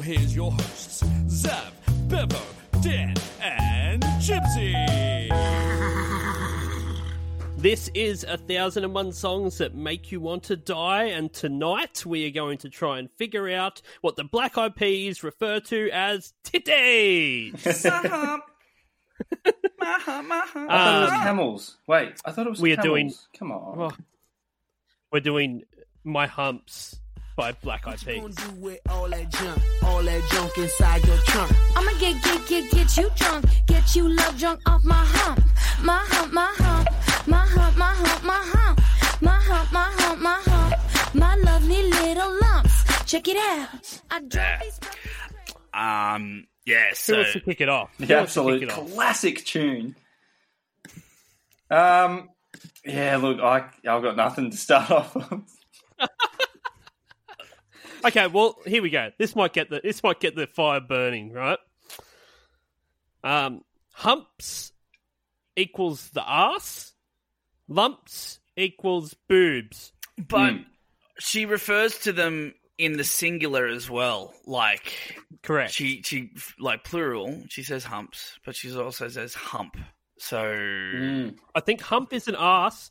here's your hosts, Zav, Bevo, Dan, and Gypsy. This is a thousand and one songs that make you want to die, and tonight we are going to try and figure out what the Black Eyed Peas refer to as titties. I thought it was Um, camels. Wait, I thought it was. we are camels. doing- Come on. Oh. We're doing "My Humps" by Black Eyed gonna Peas. do with all that junk, all that junk inside your trunk? I'ma get, get, get, get you drunk. Get you love drunk off my hump. My hump, my hump. My hump, my hump, my hump. My hump, my hump, my hump. My lovely little lumps. Check it out. I drop these. Um, yeah, Who so wants to kick it off? Who The wants to absolute kick it off? classic tune. Um, yeah. Look, I I've got nothing to start off on. Okay, well, here we go. This might get the this might get the fire burning, right? Um, humps equals the ass. Lumps equals boobs. But she refers to them in the singular as well. Like Correct. she she like plural. She says humps, but she also says hump. So Hmm. I think hump is an ass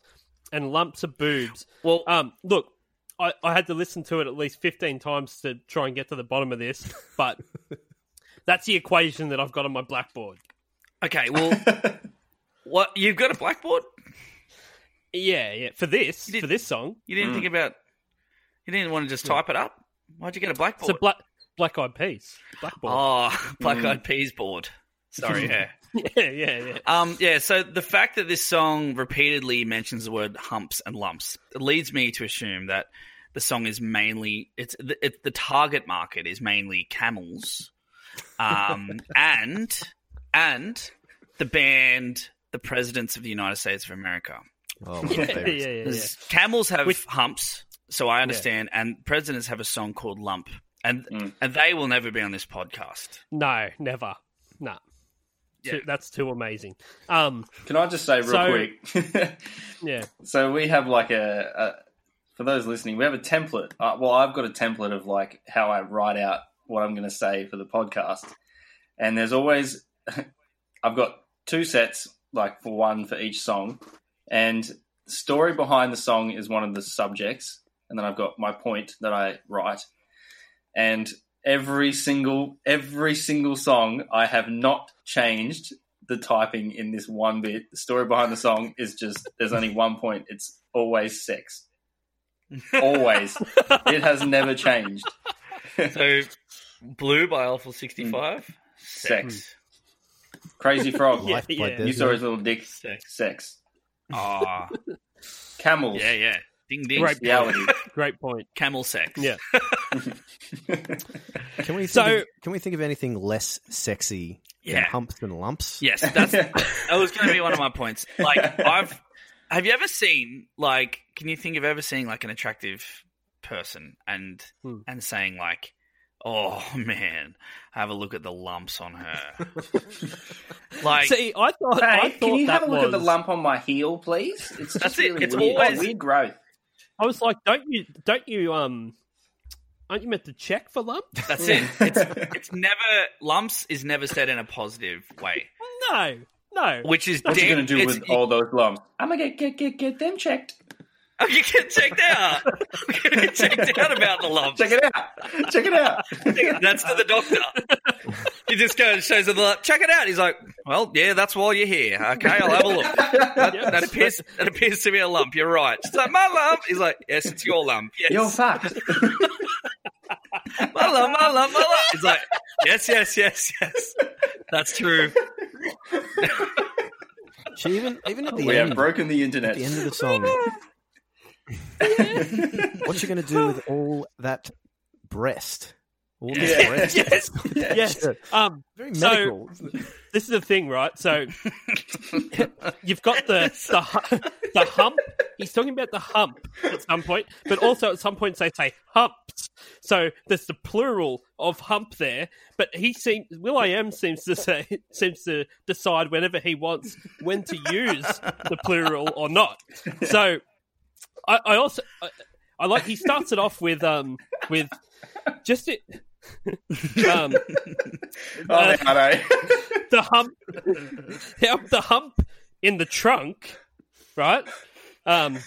and lumps are boobs. well, Um, look, I, I had to listen to it at least 15 times to try and get to the bottom of this, but that's the equation that I've got on my blackboard. okay, well, what you've got a blackboard? Yeah, yeah. For this, did- for this song, You didn't think about? You didn't want to just type it up? Why'd you get a it's a blackboard? black black eyed peas. Blackboard. oh, black eyed peas board. Sorry, yeah. Yeah, yeah, yeah. Um, yeah, so the fact that this song repeatedly mentions the word humps and lumps leads me to assume that the song is mainly it's the, it, the target market is mainly camels, um, and and the band the presidents of the United States of America. Oh, my Yeah, favourite. yeah, yeah, yeah. Camels have Which- humps, so I understand, and presidents have a song called Lump, and and they will never be on this podcast. No, never. No. Yeah. Too- That's too amazing. Um, Can I just say real So- quick? yeah. so we have like a, a for those listening, we have a template. Uh, well, I've got a template of like how I write out what I'm going to say for the podcast, and there's always I've got two sets, like for one for each song, and the story behind the song is one of the subjects, and then I've got my point that I write, and every single every single song I have not changed the typing in this one bit. The story behind the song is just there's only one point. It's always sex. Always. it has never changed. So, Blue by Alpha sixty five, Sex. Hmm. Crazy frog. Life Yeah, by yeah. You Desmond. saw his little dick. Sex. Sex. Ah, Camels. yeah, yeah. Ding ding. Great, point. Reality. Great point. Camel sex. Yeah. Can we think So- of, can we think of anything less sexy than Yeah. humps and lumps? Yes, that's that was going to be one of my points. Like, I've have you ever seen like? Can you think of ever seeing like an attractive person and Hmm. and saying like, "Oh man, have a look at the lumps on her." like, See, I thought, I Hey, thought can you that have a look at the was- lump on my heel, please? It's just That's it. really It's weird. It's always- weird growth. I was like, don't you, don't you, um, aren't you meant to check for lump? that's it. It's it's never lumps is never said in a positive way, No, no. which is What are you damn- gonna do it's- with all those lumps? I'm gonna get get get, get them checked. I'm gonna get checked out. I'm gonna get checked out about the lumps. Check it out. Check it out. That's to the doctor. He just goes and shows her the check it out. He's like, "Well, yeah, that's why you're here. Okay, I'll have a look. That, Yep. that appears that appears to be a lump. You're right." She's like, "My lump." He's like, "Yes, it's your lump. Yes, You're fucked. my lump, my lump, my lump." He's like, "Yes, yes, yes, yes. That's true." She even even at the we end have broken the at internet. the end of the song. what you going to do with all that breast? All Yeah. this breath. yes, yes. Shit. Um, Very So- medical. isn't it? this is the thing, right? So you've got the the, hu- the hump. He's talking about the hump at some point, but also at some points they say humps. So there's the plural of hump there. But he seems Will I am seems to say seems to decide whenever he wants when to use the plural or not. So I, I also I, I like he starts it off with um with just it. um, Oh, Uh, I know. the hump, yeah, the hump in the trunk, right? Um,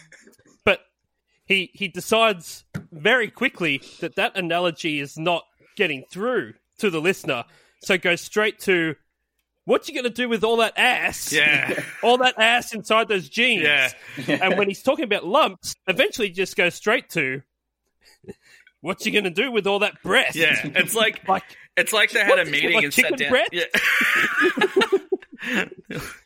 but he he decides very quickly that that analogy is not getting through to the listener, so goes straight to what you going to do with all that ass? Yeah. all that ass inside those jeans. Yeah. And when he's talking about lumps, eventually just goes straight to what you going to do with all that breast? Yeah, it's like, Like- it's like they had What a is it, meeting like and sat chicken down. breast? Yeah.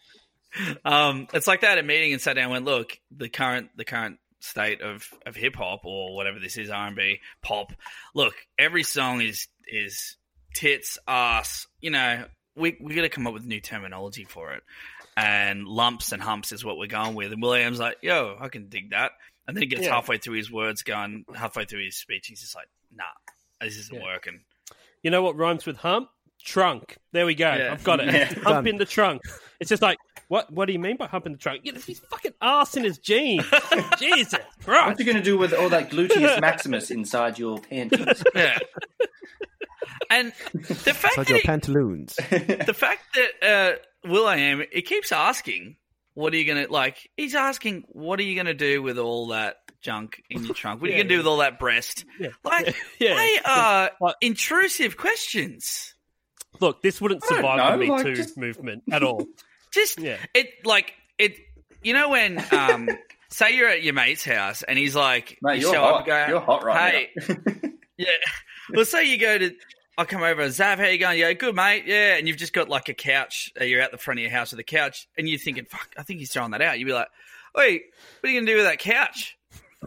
um, it's like they had a meeting and sat down. and Went, look, the current the current state of of hip hop or whatever this is, R and B, pop. Look, every song is is tits, ass. You know, we we got to come up with new terminology for it. And lumps and humps is what we're going with. And William's like, yo, I can dig that. And then he gets Yeah. halfway through his words, going halfway through his speech, he's just like, nah, this isn't working. You know what rhymes with hump? Trunk. There we go. Yeah. I've got it. Yeah. Hump in the trunk. It's just like what? What do you mean by hump in the trunk? Yeah, there's his fucking ass in his jeans. Jesus What are Christ! you going to do with all that gluteus maximus inside your panties? Yeah. and the fact It's like your that pantaloons. he, the fact that uh, Will I am it keeps asking, "What are you gonna like?" He's asking, "What are you gonna do with all that junk in your trunk? What are you gonna do with all that breast?" Like Yeah. they are Like- intrusive questions. Look, this wouldn't don't survive know, the Me like, Too just- movement at all. Just Yeah. it like it. You know when um, say you're at your mate's house and he's like, Mate, you you're show hot. up, and go, You're hot right hey, Yeah. Well, say you go to, I come over, Zav, how you going? Yeah, good, mate. Yeah. And you've just got like a couch. uh, You're out the front of your house with a couch, and you're thinking, fuck, I think he's throwing that out. You'd be like, wait, what are you going to do with that couch?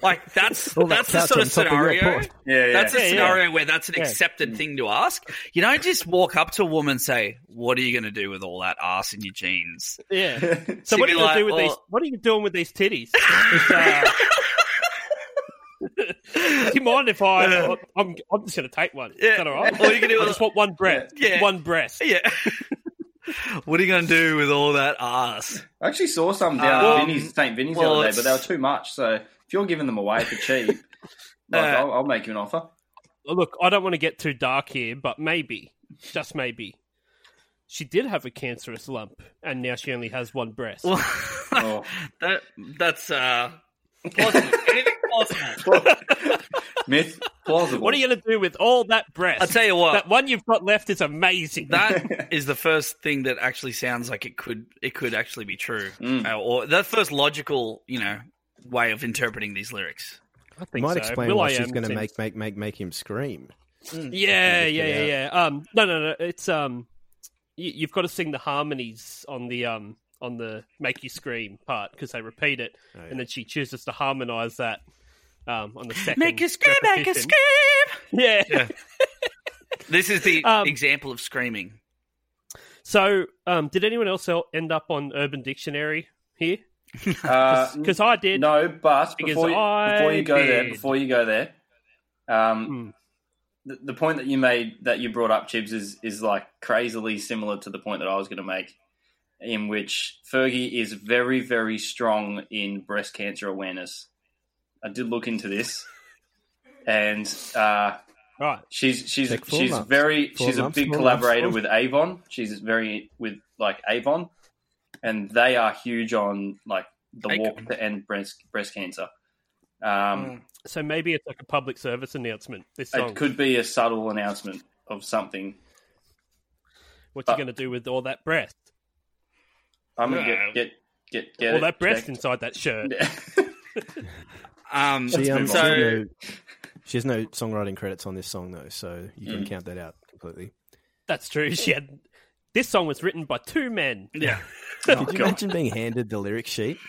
Like, that's All that that's the couch sort on of top of your scenario. porch. Yeah, yeah. That's a Yeah, yeah. scenario where that's an Yeah. accepted thing to ask. You don't just walk up to a woman and say, What are you going to do with all that ass in your jeans? Yeah. So She'd what be are you gonna like, "Oh." do with well- these? What are you doing with these titties? It's, uh, do you mind if I? I'm, I'm just going to take one. Yeah. Is that all right? Or you can do I a- just want one breast. Yeah. One breast. Yeah. what are you going to do with all that ass? I actually saw some down Um, at Vinny's, St. Vinny's the well, other day, but they were it's- too much. So if you're giving them away for cheap, like, Uh, I'll, I'll make you an offer. look, I don't want to get too dark here, but maybe, just maybe, she did have a cancerous lump, and now she only has one breast. Well, Oh. that that's uh, plausible. Anything plausible. Myth plausible. what are you going to do with all that breast? I'll tell you what. that one you've got left is amazing. That is the first thing that actually sounds like it could it could actually be true, Uh, or the first logical you know way of interpreting these lyrics. I think Might so. explain Will why I she's am going to seems- make make make make him scream. Yeah, yeah, yeah, Yeah. yeah. Um, no, no, no. It's um, you, you've got to sing the harmonies on the um on the make you scream part because they repeat it, Oh, yeah. and then she chooses to harmonize that um on the second. Make a scream, make a repetition. scream. Yeah. This is the Um, example of screaming. So, um, did anyone else el- end up on Urban Dictionary here? Uh, Because I did. No, but Because before you, I Hmm. before you go there, did. before you go there, um, the, the point that you made that you brought up, Chibs, is is like crazily similar to the point that I was going to make, in which Fergie is very, very strong in breast cancer awareness. I did look into this, and uh, Right. she's she's Like full she's lumps. very Full she's lumps, a big full collaborator lumps, full- with Avon. She's very with like Avon, and they are huge on like the Acon. walk to end breast breast cancer. Um, Mm, So maybe it's like a public service announcement. This song. It could be a subtle announcement of something. what uh, you going to do with all that breast? I'm gonna Yeah. get get get get all it that breast checked. inside that shirt. Um, She, um, move she has so no, she has no songwriting credits on this song though, so you Mm. can count that out completely. That's true. She had. This song was written by two men. yeah, Could you God. imagine being handed the lyric sheet?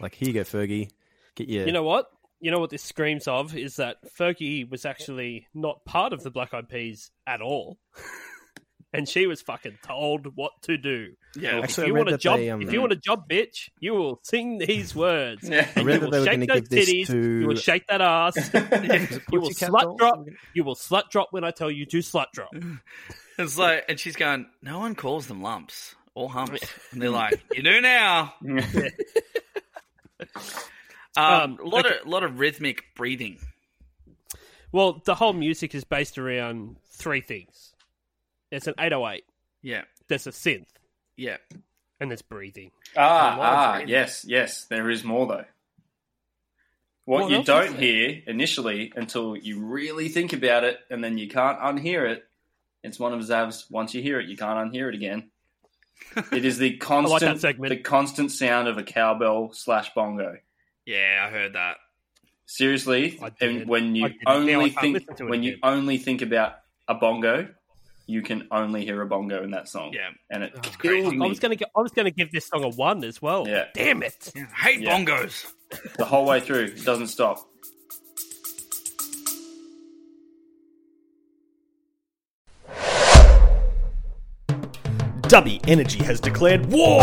Like, here you go, Fergie. Get your You know what? you know what this screams of is that Fergie was actually not part of the Black Eyed Peas at all, and she was fucking told what to do. Yeah. if Actually, I you read want a that job, they, um, if you want a job, bitch, you will sing these words. Yeah. And you read that will they were shake gonna those give this titties. to- You will shake that ass. you will Pussy Cat slut Dolls? drop. You will slut drop when I tell you to slut drop. It's like, and she's going, no one calls them lumps or humps. And they're like, you do now. um, Um, a lot of lot of rhythmic breathing. Well, the whole music is based around three things. It's an 808. Yeah, There's a synth, yeah. and there's breathing. Ah, A lot of ah, breathing. yes, yes. There is more though. What What you else is don't hear initially until you really think about it, and then you can't unhear it. It's one of Zav's. Once you hear it, you can't unhear it again. It is the that constant, segment. the constant sound of a cowbell slash bongo. Yeah, I heard that. Seriously, I did. and when you I did. Now I only can't think listen to it when you again. only think about a bongo, you can only hear a bongo in that song. Yeah. and it crazy. killed Ah. I me was gonna, gi- I was gonna give this song a one as well. Yeah. Damn it! Yeah, I hate Yeah. bongos. the whole way through. It doesn't stop. Dubby Energy has declared war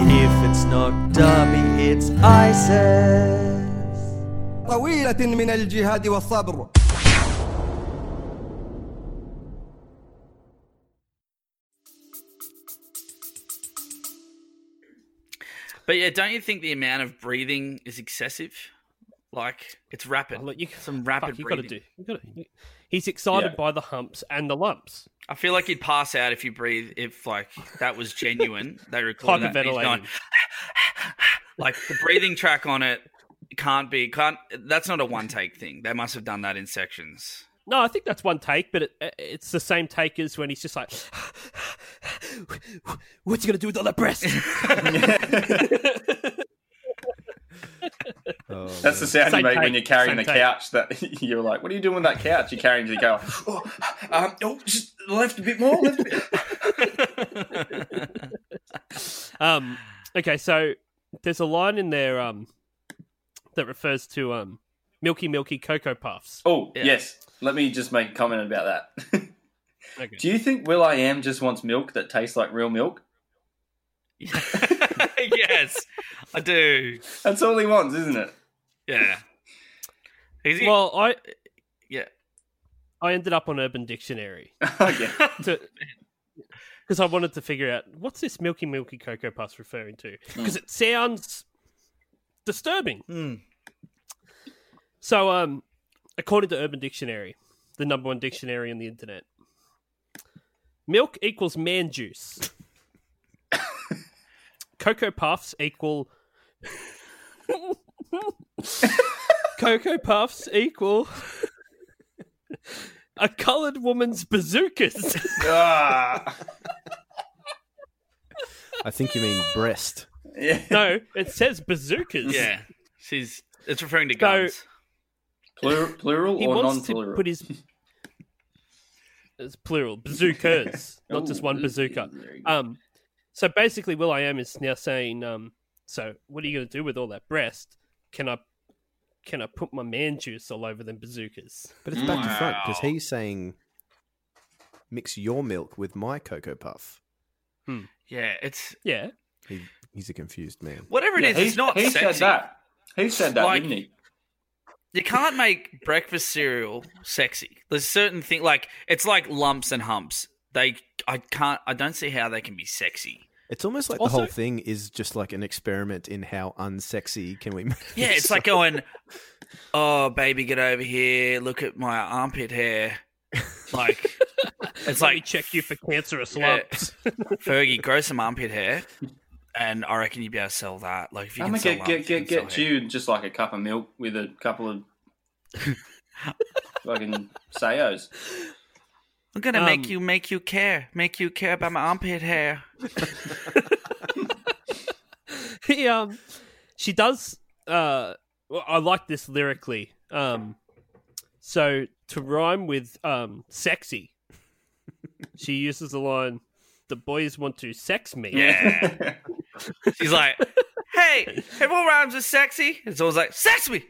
if it's not dubby, it's ISIS. طويلة من الجهاد والصبر But yeah, don't you think the amount of breathing is excessive? Like it's rapid. Oh, look, you Some rapid Fuck, you gotta breathing. do. You gotta, you- he's excited Yeah. by the humps and the lumps. I feel like you'd pass out if you breathe. If like that was genuine, they recorded that. and he's Hyperventilating. going, like the breathing track on it can't be can't. That's not a one take thing. They must have done that in sections. No, I think that's one take, but it, uh, it's the same take as when he's just like, "What's he gonna do with all that breast?" Oh, That's the sound Same you make take, when you're carrying same the take. couch. That you're like, what are you doing with that couch? You're carrying it. You go, oh, um, oh, just left a bit more. Left a bit. um, okay, so there's a line in there um, that refers to um, Milky Milky Cocoa Puffs. Oh Yeah. yes, let me just make a comment about that. Okay. Do you think Will I Am just wants milk that tastes like real milk? yes, I do. That's all he wants, isn't it? Yeah. Is he- Well, I yeah. I ended up on Urban Dictionary okay. because I wanted to figure out what's this Milky Milky Cocoa Puffs referring to because it sounds disturbing. So, um, according to Urban Dictionary, the number one dictionary on the internet, milk equals man juice. Cocoa puffs equal. Cocoa puffs equal. A coloured woman's bazookas. Ah, I think you mean breast. yeah. no, it says bazookas. Yeah. She's. It's referring to So- guns. Plural, plural He or wants to non-plural? put his. It's plural. Bazookas, not just Oh, one bazooka. Um, so basically, Will I Am is now saying, um, so what are you going to do with all that breast? Can I, can I put my man juice all over them bazookas? But it's back to front because he's saying, mix your milk with my Cocoa Puff. yeah. It's Yeah, He, he's a confused man. whatever it is. he, It's not he sexy. said that. He said that, Like- didn't he? you can't make breakfast cereal sexy. There's certain thing like it's like lumps and humps. They I can't I don't see how they can be sexy. It's almost like the Also- whole thing is just like an experiment in how unsexy can we make Yeah, this it's like going, "Oh, baby, get over here. Look at my armpit hair." Like it's let me like check you for cancerous Yeah. lumps. Fergie, grow some armpit hair, and I reckon you'd be able to sell that. Like if you I'm can gonna get sell get lumps, you get can get sell hair. you just like a cup of milk with a couple of Fucking sayos. I'm gonna Um, make you make you care, make you care about my armpit hair. he, um, she does. Uh, well, I like this lyrically. Um, so to rhyme with um, sexy, she uses the line, "The boys want to sex me." Yeah. She's like, "Hey, if all rhymes with sexy?" It's always like, "Sex me."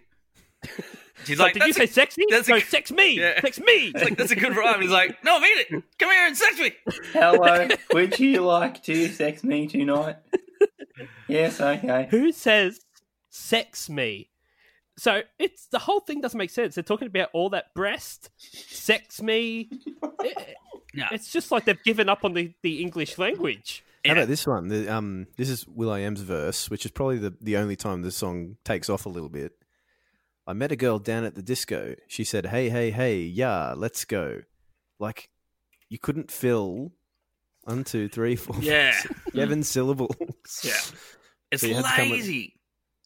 She's Like, like, did you "That's say a- sexy? No, that's a- sex me, Yeah. sex me. It's like, that's a good rhyme. He's like, no, I mean it. Come here and sex me. Hello, would you like to sex me tonight? Yes, okay. Who says sex me? So it's the whole thing doesn't make sense. They're talking about all that breast, sex me. It- Yeah. It's just like they've given up on the, the English language. Yeah. How about this one? The, um, this is Will I Am's verse, which is probably the, the only time this song takes off a little bit. I met a girl down at the disco. She said, "Hey, hey, hey, yeah, let's go." Like you couldn't fill one, two, three, four, five, Yeah. six, seven syllables. Yeah. It's So you had to come with- lazy.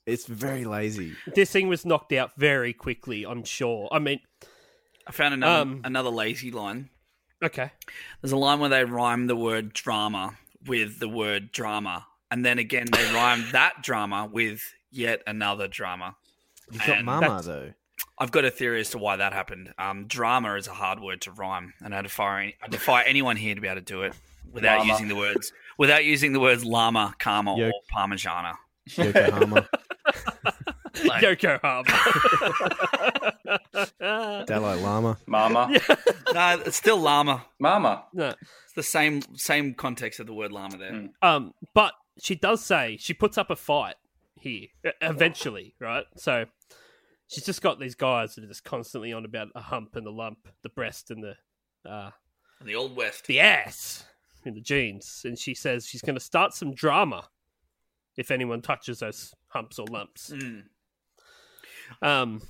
It's very lazy. This thing was knocked out very quickly, I'm sure. I mean, I found another Um, another lazy line. okay. There's a line where they rhyme the word drama with the word drama, and then again they rhyme that drama with yet another drama. You've got And Mama that's- though. I've got a theory as to why that happened. Um, drama is a hard word to rhyme, and I defy any, I defy anyone here to be able to do it without Llama. using the words without using the words llama, karma, Yo- or parmigiana. Yokohama, Like- Yokohama. Dalai Lama. Mama. no, it's still llama. Mama. no. It's the same same context of the word llama there. Mm. Um, but she does say she puts up a fight here e- eventually, right? So she's just got these guys that are just constantly on about a hump and the lump, the breast and the uh, In the old west. the ass in the jeans, and she says she's going to start some drama if anyone touches those humps or lumps. Mm. Um,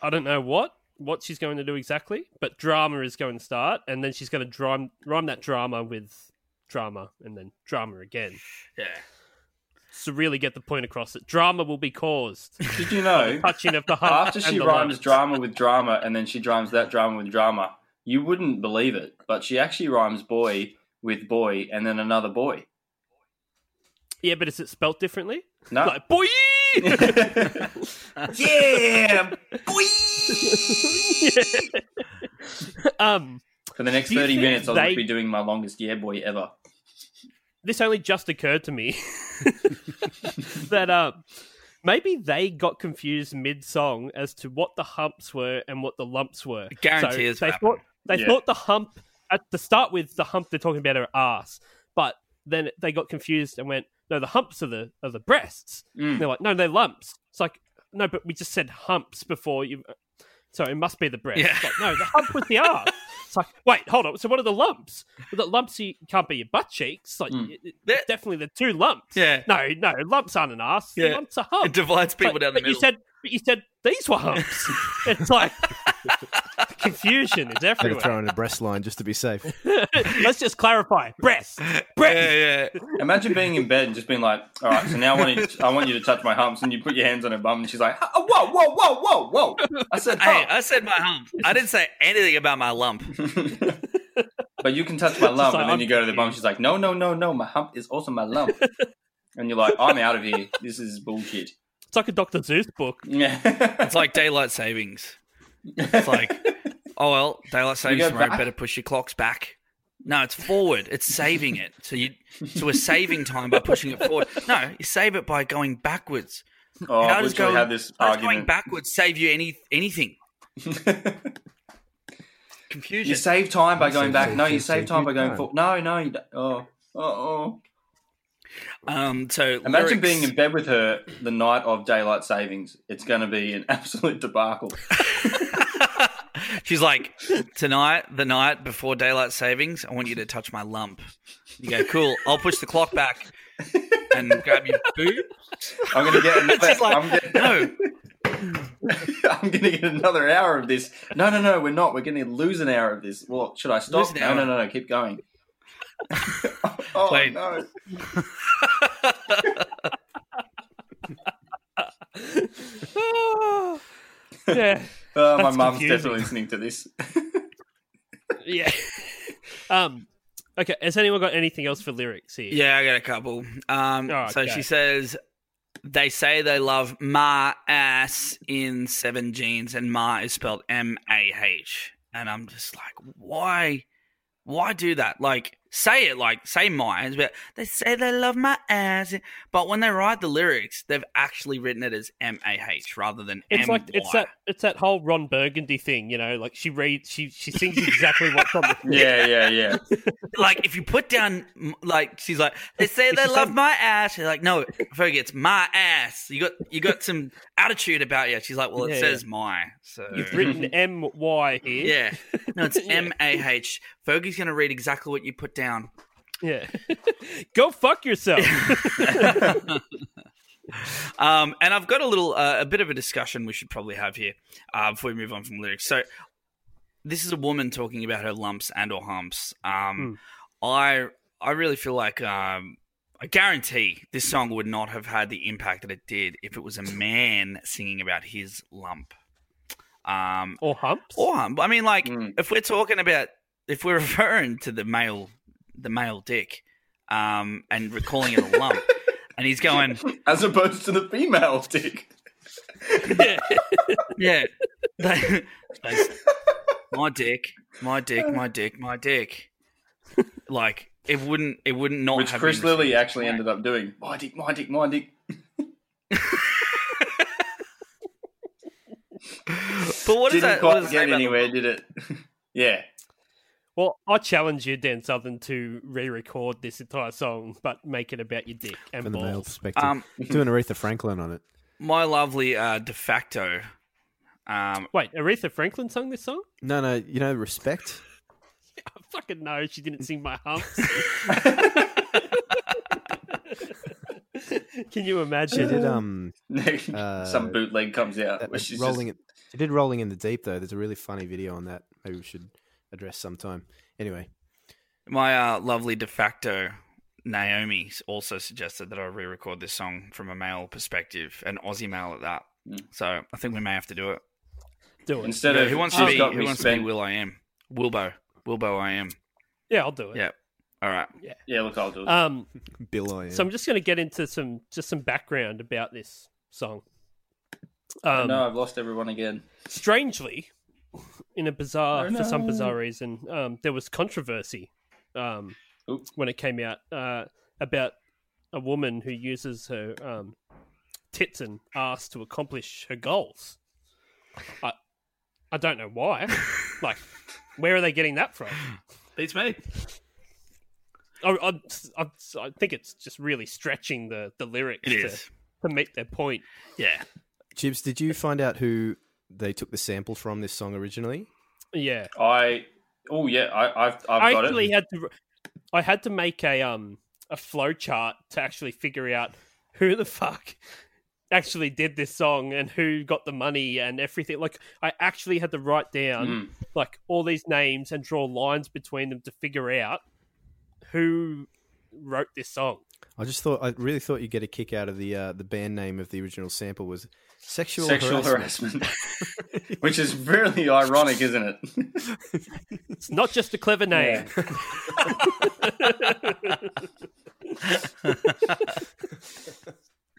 I don't know what what she's going to do exactly, but drama is going to start, and then she's going to rhyme rhyme that drama with drama, and then drama again. Yeah. to really get the point across that drama will be caused. Did you know? Touching of the heart. After she rhymes drama with drama and then she rhymes that drama with drama, you wouldn't believe it, but she actually rhymes boy with boy and then another boy. Yeah, but is it spelt differently? No. Like, boy! yeah. um, For the next Do you 30 think minutes, I'll they- just be doing my longest yeah boy ever. this only just occurred to me that uh, maybe they got confused mid song as to what the humps were and what the lumps were. Guarantee it's so they happened. thought they Yeah. thought the hump at the start with the hump they're talking about her ass, but then they got confused and went, "No, the humps are the are the breasts." Mm. And they're like, "No, they're lumps." It's like, "No, but we just said humps before you." uh, So it must be the breast. Yeah. It's like, no, the hump was the ass. It's like, wait, hold on. So what are the lumps? Well, the lumps you can't be your butt cheeks. Like, Mm. it- it- That- definitely the two lumps. Yeah. No, no, lumps aren't an ass. Yeah. Lumps are humps. It divides people but, down the but middle. You said, but you said these were humps. it's like confusion is Better throw everywhere. in a breast line just to be safe. Let's just clarify. Breasts. Breasts. yeah, yeah. Imagine being in bed and just being like, all right, so now I want, you to, I want you to touch my humps. And you put your hands on her bum and she's like, "Oh, whoa, whoa, whoa, whoa, whoa. I said, Hey, hump. I said my hump. I didn't say anything about my lump. but you can touch my lump. like, and then you I'm go to the bum. She's like, no, no, no, no. My hump is also my lump. and you're like, I'm out of here. This is bullshit. Oh, It's like a Dr. Zeus book. Yeah. It's like daylight savings. It's like, oh well, daylight savings go tomorrow. back? Better push your clocks back. No, it's forward. It's saving it. So you, so we're saving time by pushing it forward. No, you save it by going backwards. oh, How I does wish going, we had this how does going argument. backwards save you any anything? Confusion. you save time by going Save- back. save- No, you save- save save time good by going time. forward. No, no. You don't. Oh, oh, oh. um. So Imagine lyrics- being in bed with her the night of daylight savings. It's going to be an absolute debacle. She's like, tonight, the night before daylight savings, I want you to touch my lump. You go, cool. I'll push the clock back and grab your boob. I'm going to get It's another. just like, I'm gonna- no, I'm going to get another hour of this. No, no, no, we're not. We're going to lose an hour of this. Well, should I Lose stop? an No, hour. no, no, no. Keep going. oh Wait. no! yeah. Uh, my That's mum's confusing. definitely listening to this. Yeah. um. Okay. Has anyone got anything else for lyrics here? Yeah, I got a couple. Um, Oh, so okay. she says, they say they love Ma ass in seven jeans, and Ma is spelled M A H. And I'm just like, why, why do that? Like, say it like say my. But they say they love my ass, but when they write the lyrics, they've actually written it as M A H rather than It's like M-Y. it's that it's that whole Ron Burgundy thing, you know. Like she reads, she she sings exactly what's on the yeah, yeah, yeah. like if you put down m- like she's like they say they She love said- my ass she's like no Fergie it's my ass you got you got some attitude about you she's like well it Yeah, says my so You've written M Y here. yeah no it's M A H Fergie's gonna read exactly what you put down Yeah. Go fuck yourself. um and I've got a little uh, a bit of a discussion we should probably have here uh, before we move on from lyrics so this is a woman talking about her lumps and or humps um I I really feel like um I guarantee this song would not have had the impact that it did if it was a man singing about his lump. Um, or humps. or hump. I mean, like if we're talking about if we're referring to the male the male dick, um, and we're calling it a lump, and he's going, As opposed to the female dick. yeah, they- they- my dick, my dick, my dick, my dick. Like it wouldn't, it wouldn't not Which have Chris been received Lilly that actually way. ended up doing. My dick, my dick, my dick. But what Didn't is that? What quite does it say get about the anywhere, did it? yeah. Well, I challenge you, Dan Southern, to re-record this entire song, but make it about your dick and from the male balls. perspective. Um, Do an Aretha Franklin on it. my lovely uh, de facto. Um, Wait, Aretha Franklin sung this song? No, no, you know, respect. I fucking know she didn't sing my humps. Can you She imagine? did um Some bootleg comes out. Uh, that where was she's rolling just, it. She did rolling in the deep though. There's a really funny video on that. Maybe we should address sometime. Anyway, My uh, lovely de facto Naomi also suggested that I re-record this song from a male perspective, an Aussie male at that. So I think we may have to do it. Do it. Mm. Instead Yeah, of who wants she's to be? got Who me wants to spent- be? Will I am? Wilbo. Wilbo. I am. Yeah, I'll do it. Yeah. All right. Yeah, look, I'll do it. Um, Bill, I am. so I'm just going to get into some just some background about this song. Um, no, I've lost everyone again. strangely, in a bizarre Oh, for some no. bizarre reason, um, there was controversy um, Oop. when it came out uh, about a woman who uses her um, tits and ass to accomplish her goals. I I don't know why. like, where are they getting that from? Beats me. I, I, I, I think it's just really stretching the the lyrics It to, is. to make their point. Yeah. Jibs, did you find out who they took the sample from this song originally? Yeah. I. Oh, yeah, I, I've, I've I got actually it. had to. I had to make a um a flow chart to actually figure out who the fuck actually did this song and who got the money and everything. Like I actually had to write down Mm. like all these names and draw lines between them to figure out who wrote this song. I just thought I really thought you'd get a kick out of the uh, the band name of the original sample was sexual, Sexual harassment. harassment. Which is really ironic, isn't it? It's not just a clever name.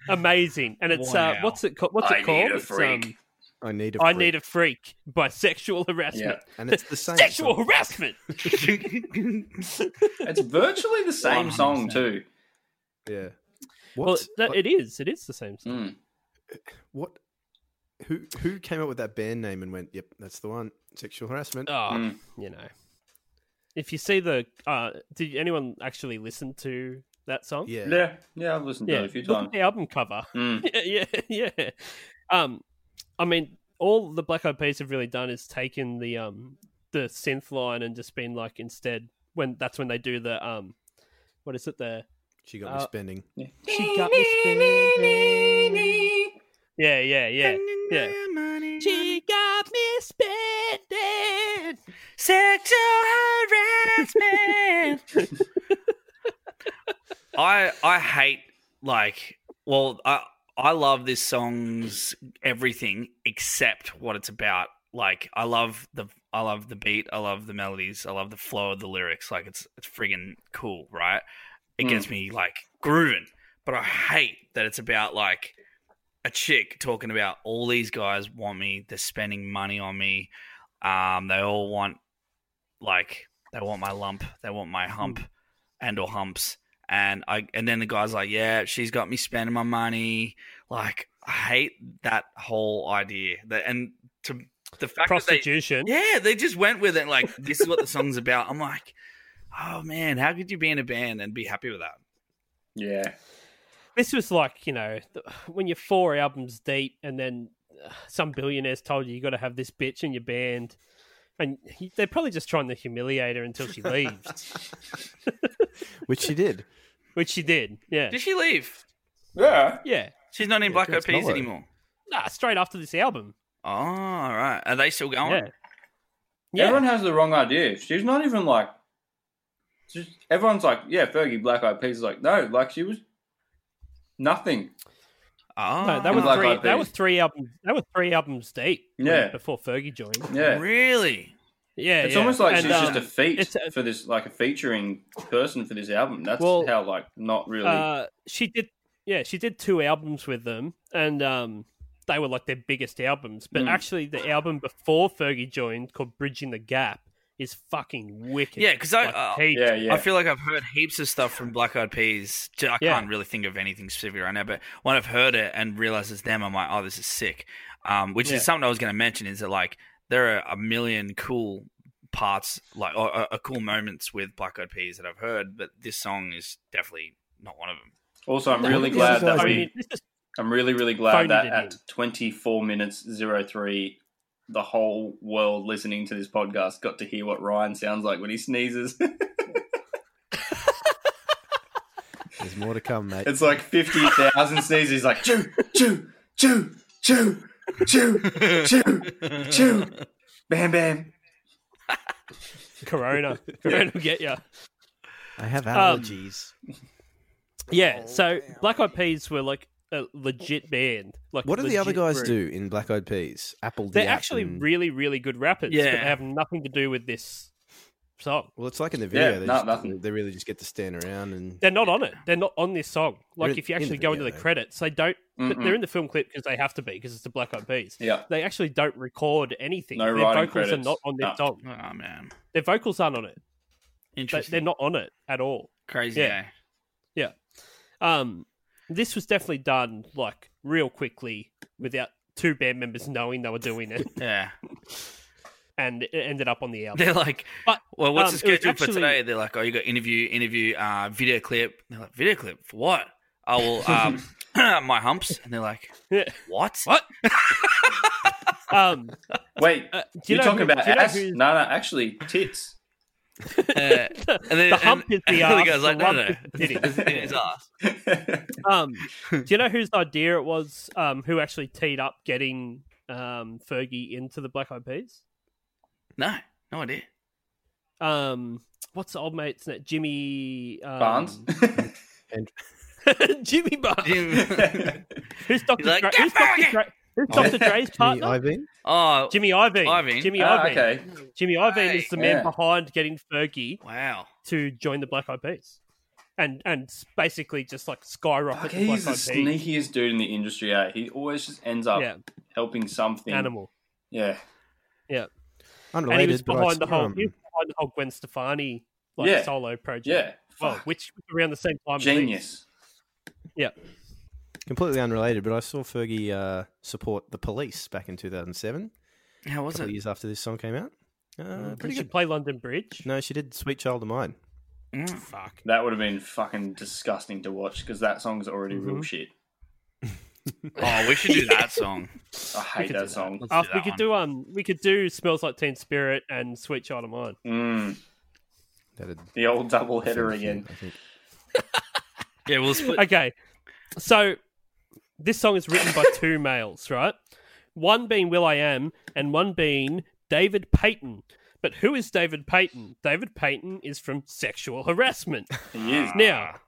Amazing, and it's uh, Wow. what's it called? What's I it need called? a It's, freak. um, I need a I freak. need a freak by sexual harassment. and it's the same Sexual song. harassment. It's virtually the same song, too. Yeah. What? well, that, it is. It is the same. Song. Mm. what? Who who came up with that band name and went, "Yep, that's the one." Sexual harassment. Oh, Hmm. you know. If you see the, uh, did anyone actually listen to that song? yeah. Yeah, yeah, I've listened to it a few look times. at the album cover. Mm. yeah, yeah, yeah. Um, I mean, all the Black Eyed Peas have really done is taken the um the synth line and just been like, instead, when that's when they do the um, what is it the She got me Uh, spending. She got me spending. Yeah, yeah, yeah, yeah. She got me spending. Sexual harassment. I I hate like well I I love this song's everything accept what it's about. Like I love the I love the beat, I love the melodies, I love the flow of the lyrics. Like it's it's friggin' cool, right? It gets me like grooving. But I hate that it's about like a chick talking about all these guys want me, they're spending money on me, um, they all want like they want my lump, they want my hump and or humps. And I and then the guy's like, Yeah, she's got me spending my money. Like, I hate that whole idea. That and to the fact Prostitution. that they, Yeah, they just went with it like this is what the song's about. I'm like, Oh man, how could you be in a band and be happy with that? Yeah. This was like, you know, th- when you're four albums deep and then uh, some billionaires told you you got to have this bitch in your band. And he, they're probably just trying to humiliate her until she leaves, which she did. which she did. Yeah. Did she leave? Yeah. Yeah. She's not in Black Eyed it's Peas mellow. anymore. Nah, straight after this album. Oh, all right. Are they still going? Yeah. Yeah. Everyone has the wrong idea. She's not even like. Just, everyone's like, yeah, Fergie, Black Eyed Peas. is Like, no, like she was nothing. Oh, No, that was Black three. Eyed That Peas. was three albums. That was three albums deep. when- Yeah. Before Fergie joined. Yeah. really. Yeah. It's yeah. almost like And, she's uh, just a feat it's a- for this, like a featuring person for this album. That's Well, how, like, not really. Uh, she did. Yeah, she did two albums with them, and um, they were like their biggest albums. Hmm. But actually, the album before Fergie joined, called "Bridging the Gap," is fucking wicked. Yeah, 'cause I- uh, hate- yeah, yeah. I feel like I've heard heaps of stuff from Black Eyed Peas. J- I Yeah. can't really think of anything specific right now, but when I've heard it and realized it's them, I'm like, oh, this is sick. Um, which Yeah. is something I was going to mention is that like there are a million cool parts, like or, or, or cool moments with Black Eyed Peas that I've heard, but this song is definitely not one of them. also, I'm really this glad is that like- I we. mean, this is I'm really, really Phoned glad that it at in. 24 minutes 03, the whole world listening to this podcast got to hear what Ryan sounds like when he sneezes. There's more to come, mate. it's like 50,000 sneezes. He's like, choo, choo, choo, choo, choo, choo, choo, bam, bam. Corona. Corona will get you. I have Um, allergies. Yeah. so oh, Black Eyed Peas were like a legit band. Like, what do the other legit guys group. do in Black Eyed Peas? Apple. the hmm. They're app actually and- really, really good rappers. but Yeah. they have nothing to do with this song. well, it's like in the Yeah, video. they, no, just- nothing. they really just get to stand around and They're not on it. They're not on this song. Like in- if you in the actually go into video, the though. credits, they don't. But Mm-mm. they're in the film clip because they have to be because it's the Black Eyed Peas. Mm-hmm. Yeah. They actually don't record anything. No Their writing vocals are credits. not on this No. song. Oh man, Their vocals aren't on it. They, interesting, they're not on it at all. crazy. yeah. eh? Um, this was definitely done like real quickly without two band members knowing they were doing it, yeah. and it ended up on the album. They're like, But, well, what's um, the it was schedule for actually- today? They're like, oh, you got interview, interview, uh, video clip. They're like, video clip for what? Oh, well, um, my humps. And they're like, Yeah. what? What? Um, Wait, uh, do you you're know talking who- about do you know ass? who- No, no, actually, tits. and then, The hump is the other arse, guy's like, the no, lump no, no. is the titty. It's- it's arse. um, do you know whose idea it was? Um, who actually teed up getting um, Fergie into the Black Eyed Peas? No, no idea. Um, what's the old mate's name? Jimmy um, Barnes. Jimmy Barnes. Um, Who's Doctor like, Dre? "Get Who's Doctor back!" Dre? Who's Oh. Dr. Dre's partner? Ivan. oh, Jimmy Iovine. Iovine. Jimmy Ah, Iovine. okay. Jimmy Iovine is the man Yeah. behind getting Fergie wow. to join the Black Eyed Peas, and and basically just like skyrocket Fuck, the Black he's the Eyed Peas. sneakiest dude in the industry, eh? He always just ends up Yeah. helping something. Animal. Yeah. Unrelated, And he was but I'd behind the still, whole. um, He was behind the whole Gwen Stefani like Yeah. solo project. Yeah. Well, Fuck. which was around the same time. as these. Genius. Yeah. completely unrelated, but I saw Fergie uh, support the police back in 2007, How a was couple of it? years after this song came out. Uh, Did pretty she good. play London Bridge? No, she did "Sweet Child of Mine." Mm. That would have been fucking disgusting to watch because that song's already real shit. Oh, we should do that song. I hate that song. Let's After that we could one. do um, we could do "Smells Like Teen Spirit" and "Sweet Child of Mine." Mm, That'd the old double header finish it, again. I think. Yeah, we'll split. Okay, so this song is written by two males, right? One being Will I Am, and one being David Payton. But who is David Payton? David Payton is from sexual Ah. harassment. He is. Now,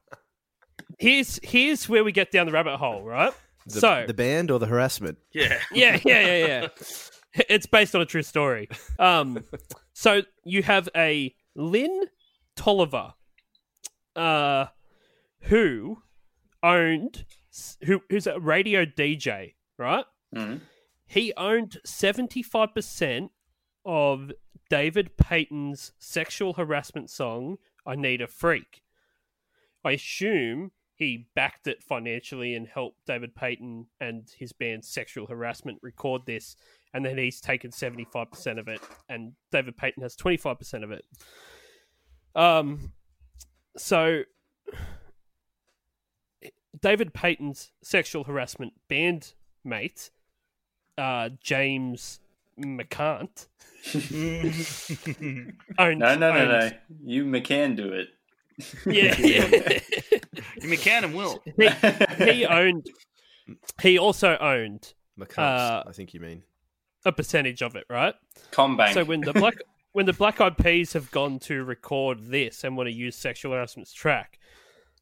here's here's where we get down the rabbit hole, right? The, So- the band or the harassment? Yeah. yeah, yeah, yeah, yeah. It's based on a true story. Um, so you have a Lynn Tolliver, uh, who owned who who's a radio DJ, right? Mhm. He owned seventy five percent of David Payton's sexual harassment song "I Need a Freak." I assume he backed it financially and helped David Payton and his band Sexual Harassment record this, and then he's taken seventy five percent of it, and David Payton has twenty five percent of it. Um, so David Payton's sexual harassment band mate, uh, James McCant, owned, No, no, no, no. owned- You McCann do it. yeah, yeah. McCann and Will. he, he owned. He also owned McCumps, Uh, I think you mean. a percentage of it, right? Combank. So when the black when the Black Eyed Peas have gone to record this and want to use sexual harassment's track,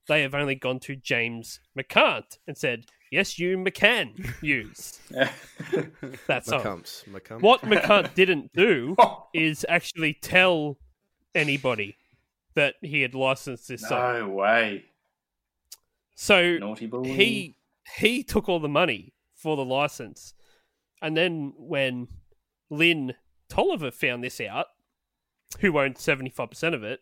they have only gone to James McCant and said, "Yes, you McCann use that song." McCumps. McCumps. What McCunt didn't do is actually tell anybody that he had licensed this song. no way. So Naughty boy. he he took all the money for the license, and then when Lynn Tolliver found this out, who owned seventy five percent of it,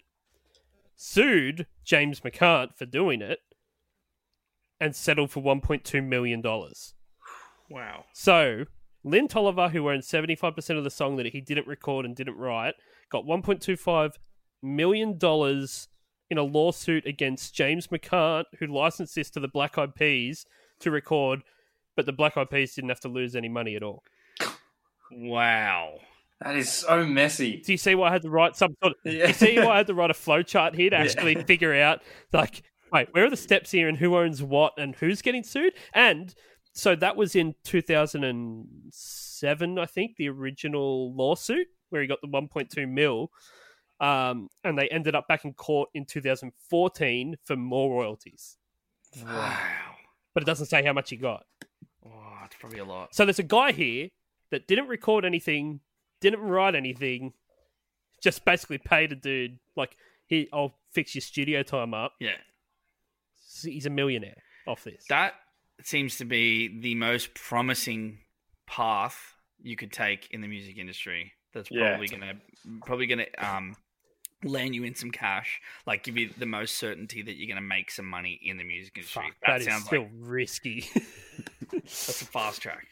sued James McCant for doing it, and settled for one point two million dollars. Wow. So Lynn Tolliver, who owned seventy five percent of the song that he didn't record and didn't write, got one point two five million dollars in a lawsuit against James McCart, who licensed this to the Black Eyed Peas to record, but the Black Eyed Peas didn't have to lose any money at all. Wow. That is so messy. Do you see why I had to write some sort of, Yeah. you see why I had to write a flowchart here to actually figure out like wait, where are the steps here and who owns what and who's getting sued? And so that was in two thousand and seven, I think, the original lawsuit where he got the one point two mil. Um, and they ended up back in court in 2014 for more royalties, Wow. but it doesn't say how much he got. Oh, it's probably a lot. So there's a guy here that didn't record anything, didn't write anything, just basically paid a dude like he I'll fix your studio time up. Yeah. S- He's a millionaire off this. That seems to be the most promising path you could take in the music industry. That's Yeah. probably gonna probably gonna um land you in some cash, like give you the most certainty that you're gonna make some money in the music industry. Fuck, that, that is sounds still like risky. that's a fast track.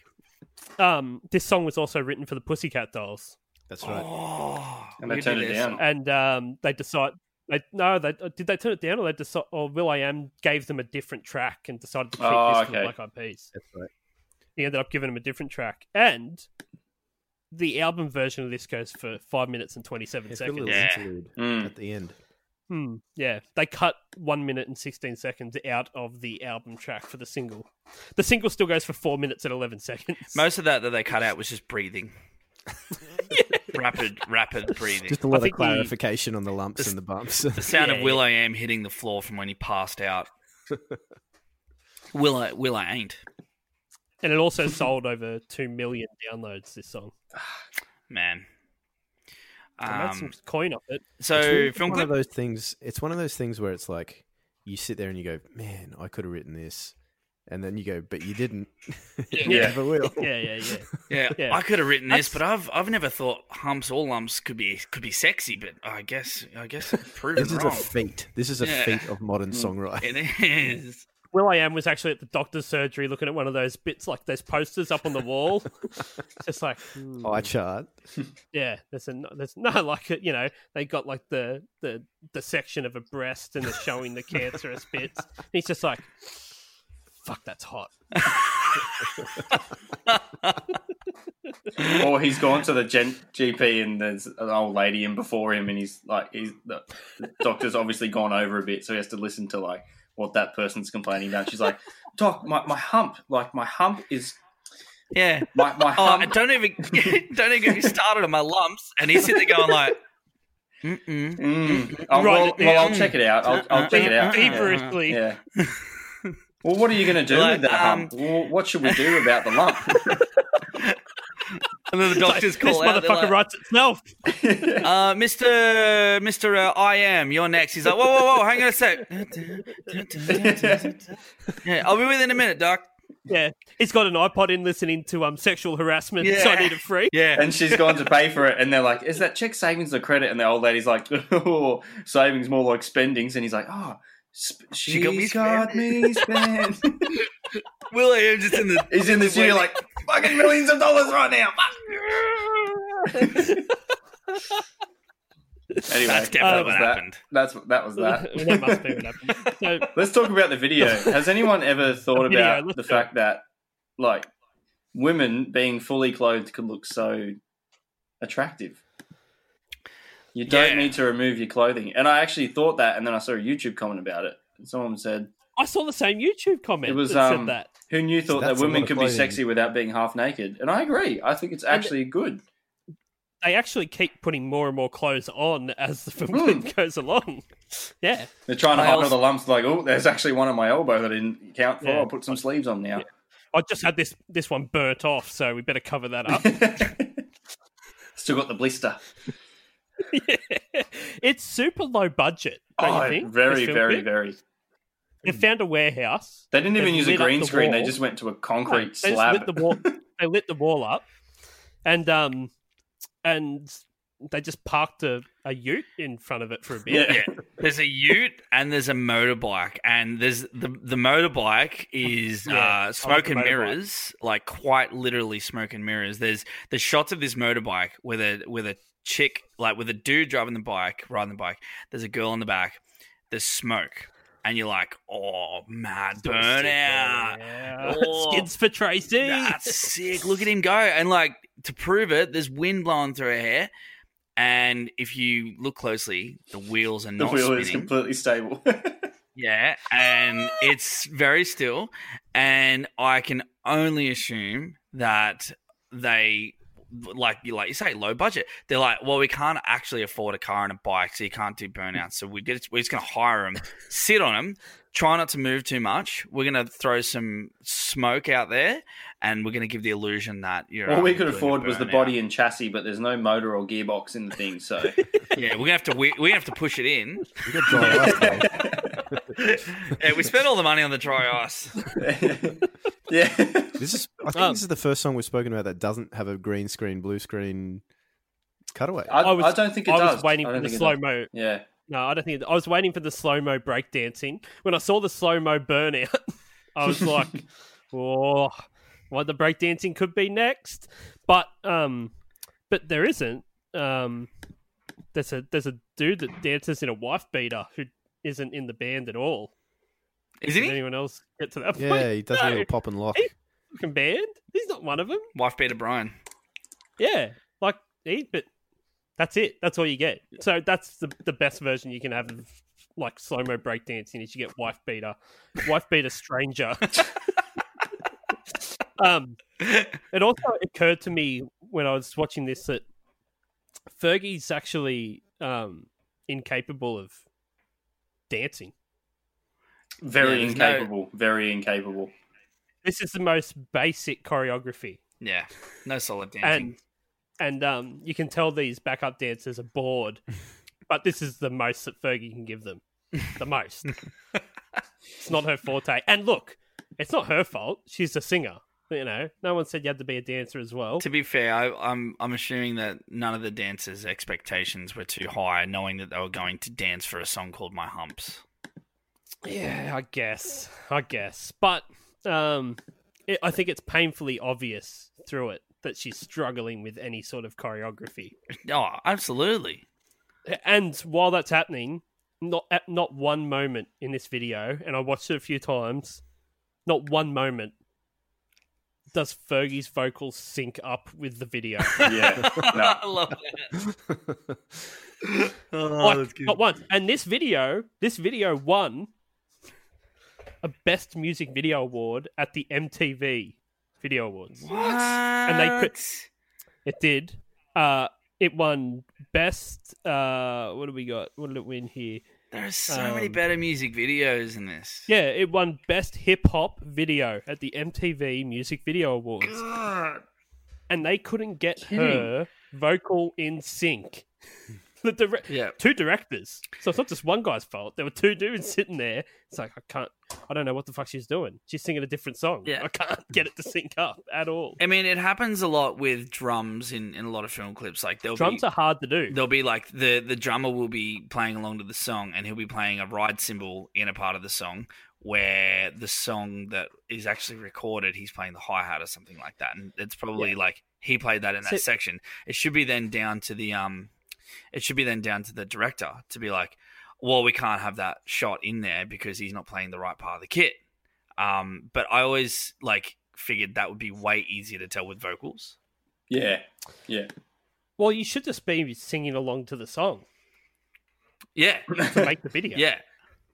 um, this song was also written for the Pussycat Dolls, That's right. Oh, And they we could turn do it this. down. and um, they decide. They, no, they did they turn it down, or they decide, or Will I Am gave them a different track and decided to keep Oh, this for the okay. Black Eyed Peas. That's right. he ended up giving him a different track. And the album version of this goes for five minutes and twenty seven It's got a little seconds. Yeah. interlude Mm. at the end. Hmm, yeah, they cut one minute and sixteen seconds out of the album track for the single. The single still goes for four minutes and eleven seconds. Most of that that they cut out was just breathing. Rapid, rapid breathing. Just a lot of think we- clarification on the lumps and the bumps. The sound Yeah, of Will I Am hitting the floor from when he passed out. Will I? Will I ain't and it also sold over two million downloads. This song, man. I made some Um, coin off it. so It's film one of clip. those things. It's one of those things where it's like you sit there and you go, "Man, I could have written this," and then you go, "But you didn't." you Yeah. never will. Yeah, yeah, yeah. Yeah, Yeah. I could have written this, That's- but I've I've never thought humps or lumps could be could be sexy. But I guess I guess I've proven This is a wrong. feat. This is a Yeah. feat of modern songwriting. It is. Will I Am was actually at the doctor's surgery looking at one of those bits like those posters up on the wall. Just like hmm. Eye chart. Yeah, there's a there's no like you know they got like the the the section of a breast and they're showing the cancerous bits. And he's just like, "Fuck, that's hot." or he's gone to the gen- GP and there's an old lady in before him, and he's like, he's the, the doctor's obviously gone over a bit, so he has to listen to like what that person's complaining about. She's like, "Doc, my, my hump, like my hump is Yeah. my my Oh, hump." and don't even don't even get me started on my lumps. And he's sitting there going like, mm Mm. Oh, Right well, at the well, I'll end. Mm-hmm. check it out. I'll, I'll check it out. Uh, uh, uh, uh. Feverishly, Yeah, Well, what are you going to do Like, um, with that hump? Well, what should we do about the lump? And then the doctors this call out. motherfucker they're like, writes itself. uh, Mister Mister, uh, I am. You're next. He's like, whoa, whoa, whoa, hang on a sec. yeah, I'll be with you in a minute, doc. Yeah, he's got an iPod in listening to um sexual harassment. Yeah. So I need it free. Yeah, and she's gone to pay for it, and they're like, "Is that check savings or credit?" And the old lady's like, oh, "Savings more like spendings," and he's like, "Oh, sp- she's got me got me spend." Will I am just in the. he's in the studio like, "Fucking millions of dollars right now." Fuck. anyway, That's definitely that was what that. happened. That's that was that. that must be what happened. So Let's talk about the video. Has anyone ever thought The video, about let's the do it. fact that, like, women being fully clothed could look so attractive? You don't Yeah. need to remove your clothing. And I actually thought that, and then I saw a YouTube comment about it. And someone said, I saw the same YouTube comment It was, that said um, that. Who knew thought that That's a lot women of could be clothing. sexy without being half naked? And I agree. I think it's actually good. They actually keep putting more and more clothes on as the Hmm. film goes along. Yeah, They're trying to I hide all also- the lumps, like, oh, there's actually one on my elbow that I didn't count for. Yeah. I'll put some sleeves on now. I just had this this one burnt off, so we better cover that up. Still got the blister. it's super low budget. Don't Oh, you think? very, this film very, did? very. They found a warehouse. They didn't even They've use a lit up green the screen. They wall. just went to a No, concrete they slab. Just lit the wall. they lit the wall up, and um, and they just parked a, a Ute in front of it for a bit. yeah. There's a Ute and there's a motorbike, and there's the the motorbike is Yeah, I uh, like smoke the and motorbike. mirrors, like quite literally smoke and mirrors. There's there's shots of this motorbike with a with a chick, like with a dude driving the bike, riding the bike. There's a girl on the back. There's smoke, and you're like, oh, mad burnout. Yeah. Oh. Skids for Tracy. That's sick. Look at him go. And like to prove it, there's wind blowing through her hair. And if you look closely, the wheels are The not wheel is spinning. completely stable. yeah, and it's very still. And I can only assume that they, like you like you say, low budget. They're like, well, we can't actually afford a car and a bike, so you can't do burnouts. So we get, we're just going to hire them, sit on them, try not to move too much. We're going to throw some smoke out there, and we're going to give the illusion that you're. All we um, could doing a afford was the burnout. body and chassis, but there's no motor or gearbox in the thing. So Yeah, we're gonna have to we, we have to push it in. You got dry ice, mate. Yeah, we spent all the money on the dry ice. yeah, This is. I think Um, this is the first song we've spoken about that doesn't have a green screen, blue screen cutaway. I, I was- I don't think it I does. was waiting I for don't the think it slow does. mo. Yeah, No, I don't think it, I was waiting for the slow mo breakdancing. When I saw the slow mo burnout, I was like, "Oh, what the breakdancing could be next." But um, but there isn't. Um, there's a there's a dude that dances in a wife beater who isn't in the band at all. Isn't Did he? anyone else get to that point? yeah, he does a No. little pop and lock. Fucking band. He's not one of them. Wife beater Brian. Yeah, like he, but that's it. That's all you get. So that's the the best version you can have of like slow mo breakdancing is you get wife beater, wife beater stranger. um, it also occurred to me when I was watching this that Fergie's actually um incapable of dancing. very Yeah, there's no- incapable. Very incapable. This is the most basic choreography. Yeah, no solid dancing. and and um, you can tell these backup dancers are bored, but this is the most that Fergie can give them. The most. it's not her forte. And look, it's not her fault. She's a singer. You know, no one said you had to be a dancer as well. to be fair, I, I'm I'm assuming that none of the dancers' expectations were too high, knowing that they were going to dance for a song called "My Humps." Yeah, I guess. I guess. But um, it, I think it's painfully obvious through it that she's struggling with any sort of choreography. Oh, absolutely. and while that's happening, not at not one moment in this video, and I watched it a few times, not one moment does Fergie's vocals sync up with the video. Yeah, no. I love that. oh, Like, not once. And this video, this video won a Best Music Video Award at the MTV Video Awards. What? And they put- It did. Uh, it won best. Uh, what do we got? What did it win here? There are so many better music videos in this. Yeah, it won Best Hip Hop Video at the MTV Music Video Awards. And they couldn't get her vocal in sync. the dire- Yeah. Two directors. So it's not just one guy's fault. There were two dudes sitting there. It's like, I can't, I don't know what the fuck she's doing. She's singing a different song. Yeah. I can't get it to sync up at all. I mean, it happens a lot with drums in, in a lot of film clips. Like there'll Drums be, are hard to do. there'll be like the the drummer will be playing along to the song, and he'll be playing a ride cymbal in a part of the song where the song that is actually recorded, he's playing the hi hat or something like that, and it's probably like he played that in that So- section. It should be then down to the um, it should be then down to the director to be like, well, we can't have that shot in there because he's not playing the right part of the kit. Um, but I always like figured that would be way easier to tell with vocals. Yeah, yeah. Well, you should just be singing along to the song Yeah, to make the video. yeah,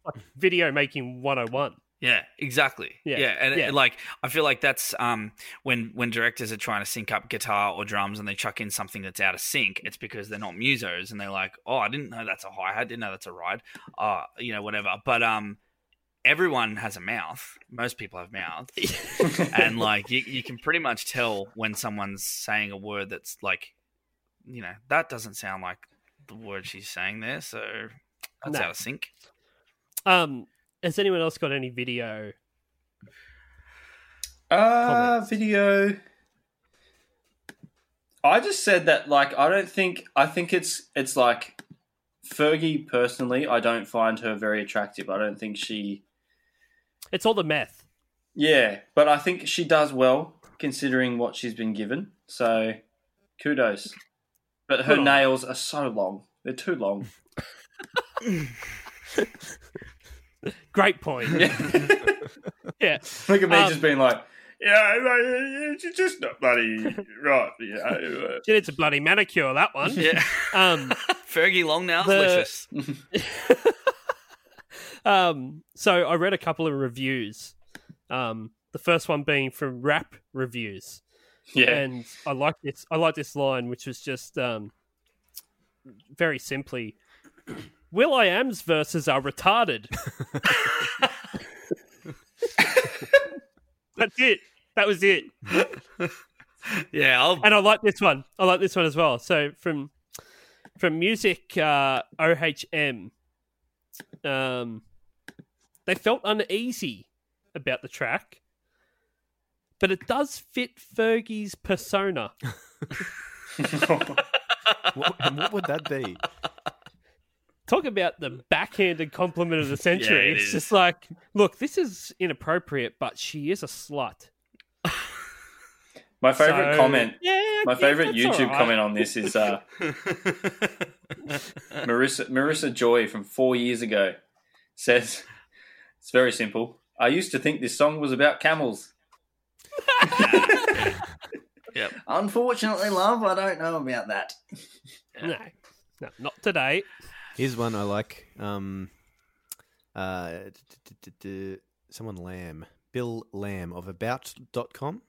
Like video making 101. yeah, exactly. Yeah, Yeah, and yeah. It, like I feel like that's um when when directors are trying to sync up guitar or drums and they chuck in something that's out of sync, it's because they're not musos and they're like, oh, I didn't know that's a hi hat, didn't know that's a ride, uh, you know, whatever. But um, everyone has a mouth. Most people have mouths. and like you, you can pretty much tell when someone's saying a word that's like you know that doesn't sound like the word she's saying there so that's No. out of sync Um, has anyone else got any video? Uh, Comments. video. I just said that, like, I don't think. I think it's it's like Fergie personally. I don't find her very attractive. I don't think she. It's all the meth. Yeah, but I think she does well considering what she's been given. So, kudos. But her Good on her. nails are so long. They're too long. Great point. yeah. Look at me Um, just being like, yeah, like, she's just not bloody right. Yeah, uh, She needs a bloody manicure, that one. yeah Um, fergie long nails The- delicious um, so I read a couple of reviews. Um, the first one being from Rap Reviews. yeah. and I like this. I like this line, which was just um, very simply, "Will I am's verses are retarded." That's it. That was it. yeah I'll, And I like this one. I like this one as well. So from from music uh, OHM, um, they felt uneasy about the track, but it does fit Fergie's persona. What, and what would that be? talk about the backhanded compliment of the Yeah, century. it it's is. just like, look, this is inappropriate, but she is a slut. My favorite So- comment Yeah, I My guess favorite that's YouTube alright. comment on this is uh, Marissa Marissa Joy from four years ago says it's very simple. I used to think this song was about camels. Yep. Unfortunately, love, I don't know about that. No, no, not today. Here's one I like. Um, uh, d- d- d- d- someone Lamb, Bill Lamb of About.com.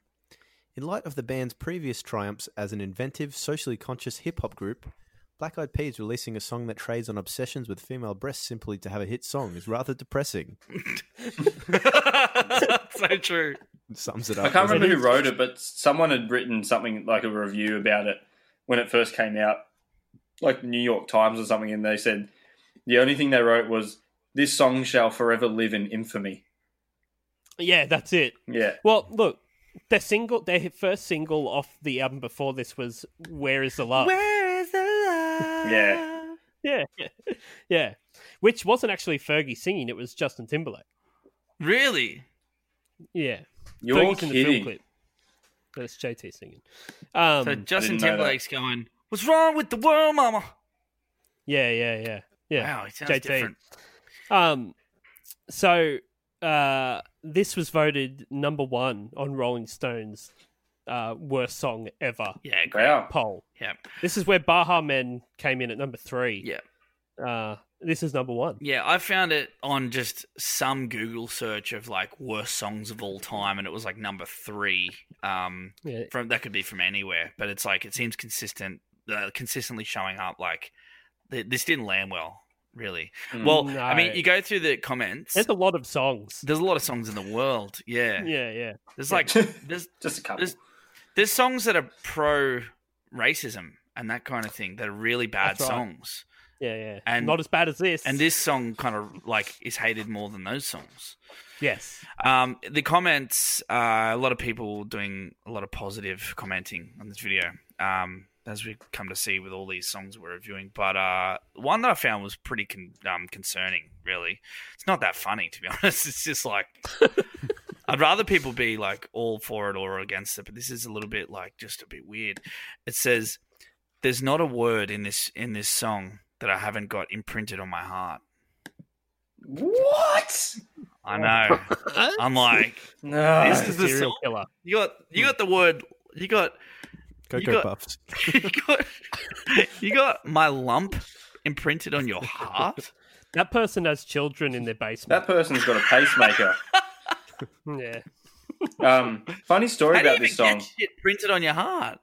In light of the band's previous triumphs as an inventive, socially conscious hip hop group, Black Eyed Peas releasing a song that trades on obsessions with female breasts simply to have a hit song is rather depressing. so true Sums it I up. can't doesn't remember who wrote it, but someone had written something like a review about it when it first came out, like the New York Times or something, and they said the only thing they wrote was this song shall forever live in infamy. Yeah, that's it. Yeah. Well, look, their single, their first single off the album before this was "Where Is the Love." where is the love Ah. Yeah. Yeah, yeah, yeah, which wasn't actually Fergie singing; it was Justin Timberlake. really Yeah, You're Fergie's in the film kidding. clip. That's JT singing. Um, so justin didn't know that. timberlake's going what's wrong with the world mama yeah, yeah, yeah, yeah. wow he sounds different Um, so uh, this was voted number one on Rolling Stone's uh, worst song ever yeah great Wow. poll. yeah This is where Baha Men came in at number three. yeah Uh, this is number one. Yeah, I found it on just some Google search of like worst songs of all time, and it was like number three. Um, Yeah. from that could be from anywhere, but it's like it seems consistent, uh, consistently showing up. Like th- this didn't land well really. Well, I Mm, No. mean, you go through the comments. There's a lot of songs. There's a lot of songs in the world. Yeah. Yeah, yeah. There's like there's Just a couple. there's, there's songs that are pro racism and that kind of thing that are really bad That's right. songs. Yeah, yeah. And- not as bad as this. And this song kind of like is hated more than those songs. yes, Um, the comments, uh, a lot of people doing a lot of positive commenting on this video, um, as we come to see with all these songs we're reviewing. But uh, one that I found was pretty con- um, concerning, really. It's not that funny, to be honest. It's just like, I'd rather people be like all for it or against it, but this is a little bit like just a bit weird. It says, There's not a word in this in this song that I haven't got imprinted on my heart. What? I know. I'm like, No. this is the serial song. killer. You got you Hmm. got the word you got Cocoa got- puffs. you got you got my lump imprinted on your heart. That person has children in their basement. that person's got a pacemaker. yeah, Um, funny story How do you about even this song. get shit printed on your heart?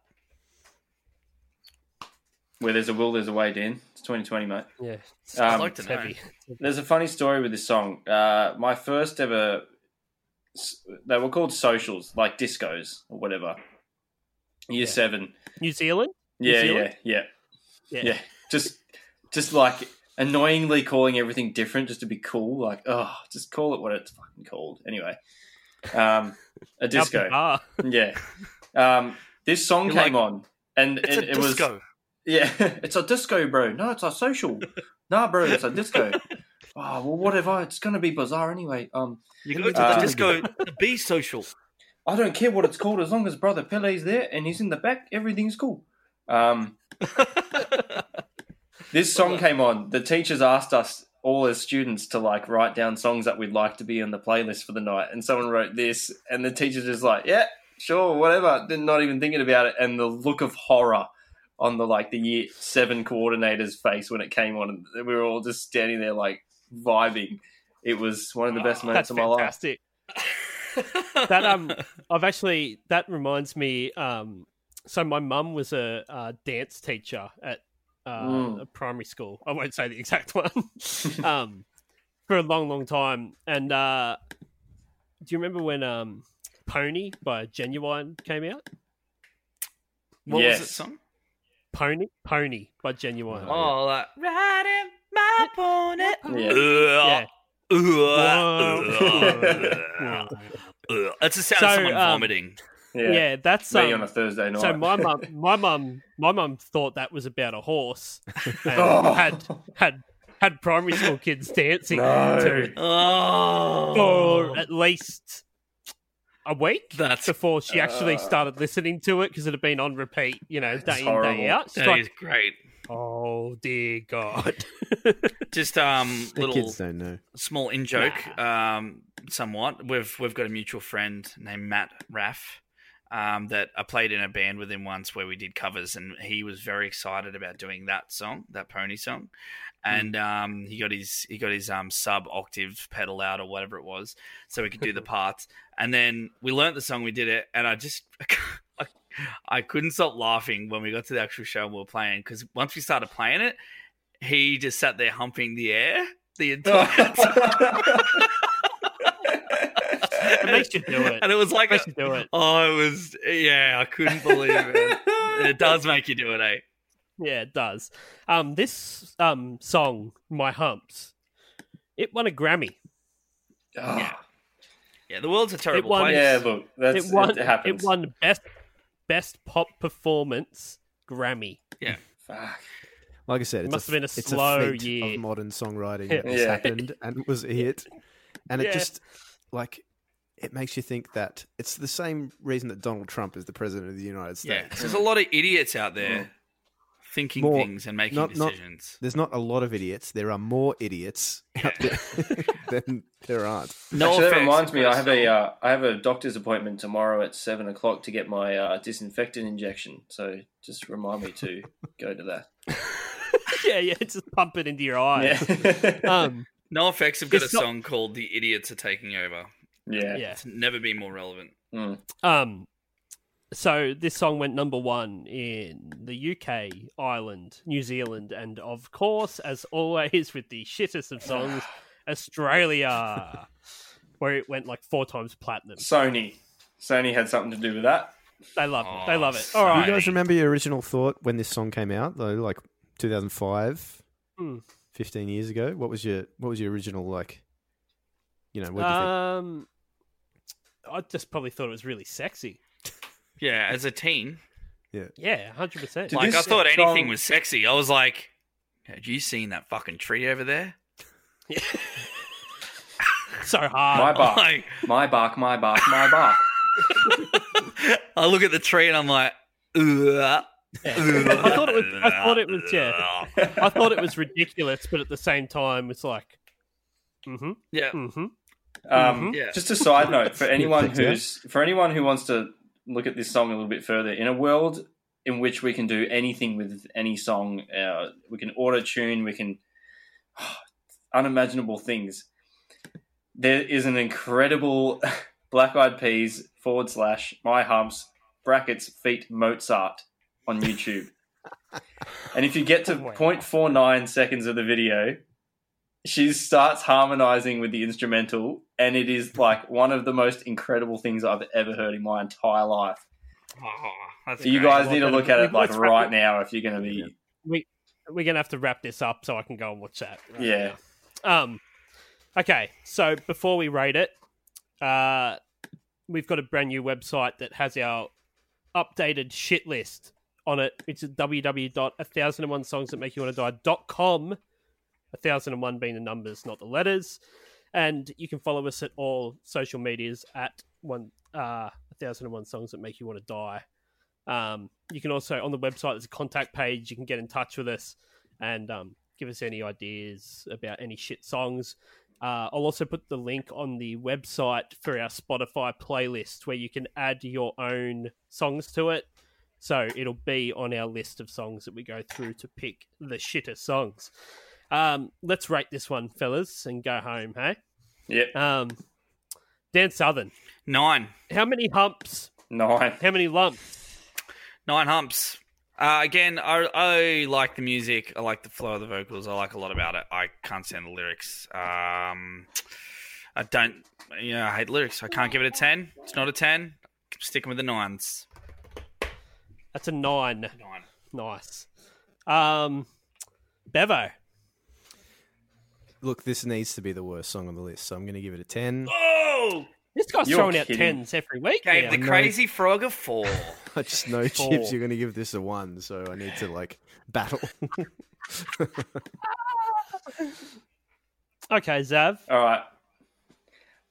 Where there's a will, there's a way, Dan. It's 2020, mate. yeah. It's Um, I'd like to know. heavy. There's a funny story with this song. Uh, my first ever, they were called socials, like discos or whatever. Year seven. New Zealand. Yeah, yeah, Zealand? yeah, Yeah. yeah, Just, just like annoyingly calling everything different just to be cool. Like, oh, just call it what it's fucking called. Anyway, um, a Out the disco. bar. Yeah. Um, this song You're came like, on, and It's and a it was disco. yeah, it's a disco, bro. No, it's a social. nah, bro, it's a disco. Oh well, whatever. It's gonna be bizarre anyway. Um, You go to Uh, the disco to be social. I don't care what it's called as long as brother Pele's there and he's in the back. Everything's cool. Um, this song came on. The teachers asked us all as students to like write down songs that we'd like to be on the playlist for the night, and someone wrote this, and the teacher's just like, yeah, sure, whatever. They're not even thinking about it, and the look of horror on the like the year seven coordinator's face when it came on, and we were all just standing there like vibing. It was one of the best That's moments of my life. fantastic. that um, I've actually that reminds me. Um, so my mum was a uh, dance teacher at uh, Mm. a primary school. I won't say the exact one. um, for a long, long time. And uh, do you remember when um, Pony by Genuine came out? What was Yes. it song? Pony, Pony by Genuine. Oh, like riding my bonnet. Yeah. Uh, uh, Whoa. uh, uh. It's the sound So, of someone um, vomiting. Yeah. yeah. that's Me um, on a Thursday night. So my mum, my mum, my mum thought that was about a horse, and Oh. had had had primary school kids dancing to Oh, for at least a week That's- before she uh, actually started listening to it because it had been on repeat, you know, day in horrible. day out. She's that is like, great. oh dear God, Just um, The little kids don't know. small in joke, um, somewhat. We've we've got a mutual friend named Matt Raff. Um, that I played in a band with him once where we did covers, and he was very excited about doing that song, that pony song, and um, he got his he got his um, sub octave pedal out or whatever it was, so we could do the parts. And then we learnt the song, we did it, and I just I, I couldn't stop laughing when we got to the actual show and we were playing because once we started playing it, he just sat there humping the air the entire time. it makes you do it. And it was like, Makes you do it. oh, it was, yeah, I couldn't believe it. it does make you do it, eh? Yeah, it does. Um, this um song, my humps, it won a Grammy. Ah, Yeah, the world's a terrible won- place. yeah, look, that's it it, won. happens. It won best best pop performance Grammy. Fuck. Like I said, it's Must a, have been a it's slow feat year. of modern songwriting Yeah. that has Yeah. happened and was a hit, and Yeah. it just like it makes you think that it's the same reason that Donald Trump is the president of the United Yeah, States. 'cause there's a lot of idiots out there thinking More- things and making not- not- decisions. There's not a lot of idiots. There are more idiots out there than there aren't. no Actually, that offense, reminds me. I have a Crystal. uh, I have a doctor's appointment tomorrow at seven o'clock to get my uh, disinfectant injection. So just remind me to go to that. yeah, yeah, just pump it into your eyes. Yeah, Um, No effects have got a It's not- song called "The Idiots Are Taking Over." yeah. yeah. It's never been more relevant. Um, so this song went number one in the UK, Ireland, New Zealand, and of course, as always with the shittest of songs, Australia, where it went like four times platinum. Sony. Sony had something to do with that. They love it. They love it. Oh, All right. sorry. You guys remember your original thought when this song came out though, like 2005, Hmm. 15 years ago? What was your What was your original like? You know, what do you think? Um, I just probably thought it was really sexy. Yeah, as a teen, Yeah, hundred percent. Did like this I thought song- anything was sexy. I was like, "Had you seen that fucking tree over there?" So My hard. bark. Like, My bark, my bark, my bark. I look at the tree and I'm like, "Ugh." I thought it was. I thought it was. Yeah, I thought it was ridiculous, but at the same time, it's like, mm-hmm, yeah, mm-hmm. Um, Mhm. Yeah. Just a side note for anyone Thanks, Mm-hmm. yeah. who's for anyone who wants to look at this song a little bit further. In a world in which we can do anything with any song, uh, we can auto tune, we can unimaginable things. There is an incredible Black Eyed Peas forward slash my humps brackets feet Mozart on YouTube. and if you get to 0.49 seconds of the video, she starts harmonizing with the instrumental, and it is like one of the most incredible things I've ever heard in my entire life. Oh, that's So you great. guys need to look at it Well, like it's right rapid- now if you're going to be. We're gonna have to wrap this up so I can go and watch that. right Yeah. now. Um. Okay. So before we rate it, uh, we've got a brand new website that has our updated shit list on it. It's www.1001 songs that make you want to die.com. 1001 being the numbers, not the letters. And you can follow us at all social medias at one uh, 1001 songs that make you want to die. Um, you can also, on the website, there's a contact page. You can get in touch with us and um, give us any ideas about any shit songs. Uh, I'll also put the link on the website for our Spotify playlist where you can add your own songs to it. So it'll be on our list of songs that we go through to pick the shitter songs. Um, let's rate this one, fellas, and go home, hey? Yep. Um, Dan Southern, nine, how many humps? Nine. How many lumps? nine humps. Uh, again, I, I like the music. I like the flow of the vocals. I like a lot about it. I can't stand the lyrics. Um, I don't. Yeah, I hate lyrics. I can't give it a ten. It's not a ten. I'm sticking with the nines. That's a nine. Nine. Nice. Um, Bevo. Look, this needs to be the worst song on the list, so I'm going to give it a 10. Oh, This guy's You're throwing out kidding. tens every week. gave now. the crazy frog a four. I just know, Chips, you're going to give this a 1, so I need to, like, battle. Okay, Zav. All right.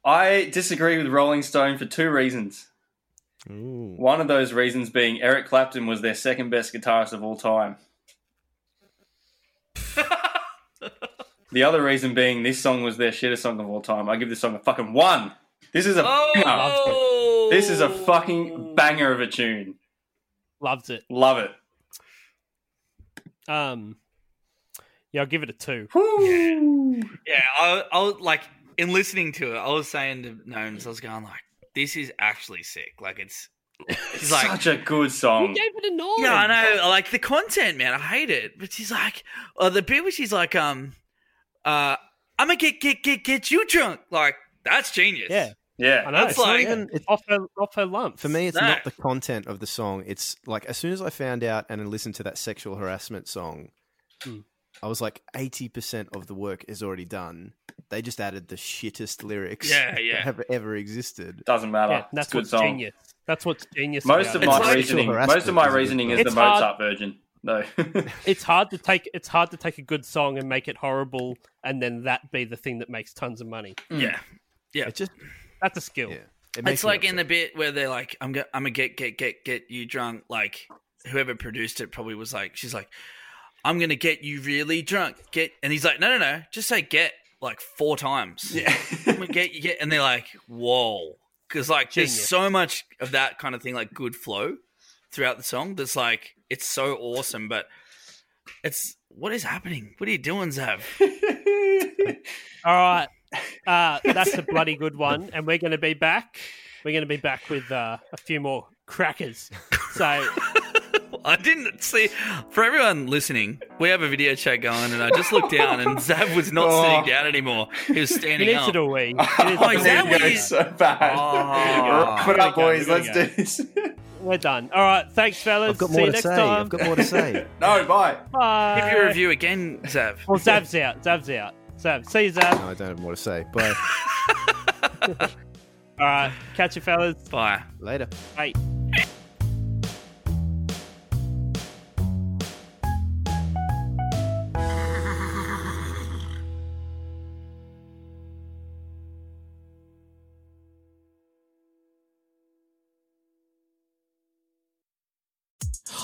I disagree with Rolling Stone for two reasons. Ooh. One of those reasons being Eric Clapton was their second best guitarist of all time. the other reason being this song was their shittest song of all time. I give this song a fucking one. This is a banger. Oh, this is a fucking banger of a tune. Loves it. Love it. Um, yeah, I'll give it a two. Yeah, I, I was like in listening to it, I was saying to gnomes, I was going like, "This is actually sick." Like it's, it's like, Such a good You song. gave it a nine. yeah, I know. I like the content, man. I hate it, but she's like, oh, the bit where she's like, um, uh, I'm gonna get get get get you drunk. Like that's genius. Yeah, I Yeah. know. That's It's not like- even it's off her off her lump For me, it's No. not the content of the song. It's like as soon as I found out and listened to that sexual harassment song, Hmm. Mm. I was like, eighty percent of the work is already done. They just added the shittest lyrics Yeah, that yeah. have ever existed. Doesn't matter. Yeah, that's Ah, it's a good what's song. genius. That's what's genius. about Most of it. It's my like- reasoning, Sexual most of my harassment is a reasoning good is the song. It's Mozart version, though. it's hard to take it's hard to take a good song and make it horrible, and then that be the thing that makes tons of money. yeah. It just That's a skill. yeah. It It's makes me like in the upset. bit where they're like, "I'm gonna, I'm gonna get, get, get, get you drunk." Like whoever produced it probably was like, "She's like, I'm gonna get you really drunk." Get, and he's like, "No, no, no, just say get like four times." Yeah, I'm gonna get you get, and they're like, "Whoa," because like there's Genius. so much of that kind of thing, like good flow throughout the song. That's like it's so awesome, but it's what is happening? What are you doing, Zav? All right, uh, that's a bloody good one, and we're going to be back. We're going to be back with uh, a few more crackers. So I didn't see. For everyone listening, we have a video chat going, and I just looked down, and Zav was not Oh. sitting down anymore. He was he standing needs up. to do a wee. Oh, is that It what goes you- so bad. Oh. Wrap it up, There we go, boys. there Let's we do this. We're done. All right, thanks, fellas. I've got See you more to next say. time. I've got more to say. no, bye. Bye. Give your review again, Zav. Well, Zab's out. Zab's out. Zab, see you, Zab. no, I don't have more to say. Bye. All right, catch you, fellas. Bye. Later. Bye.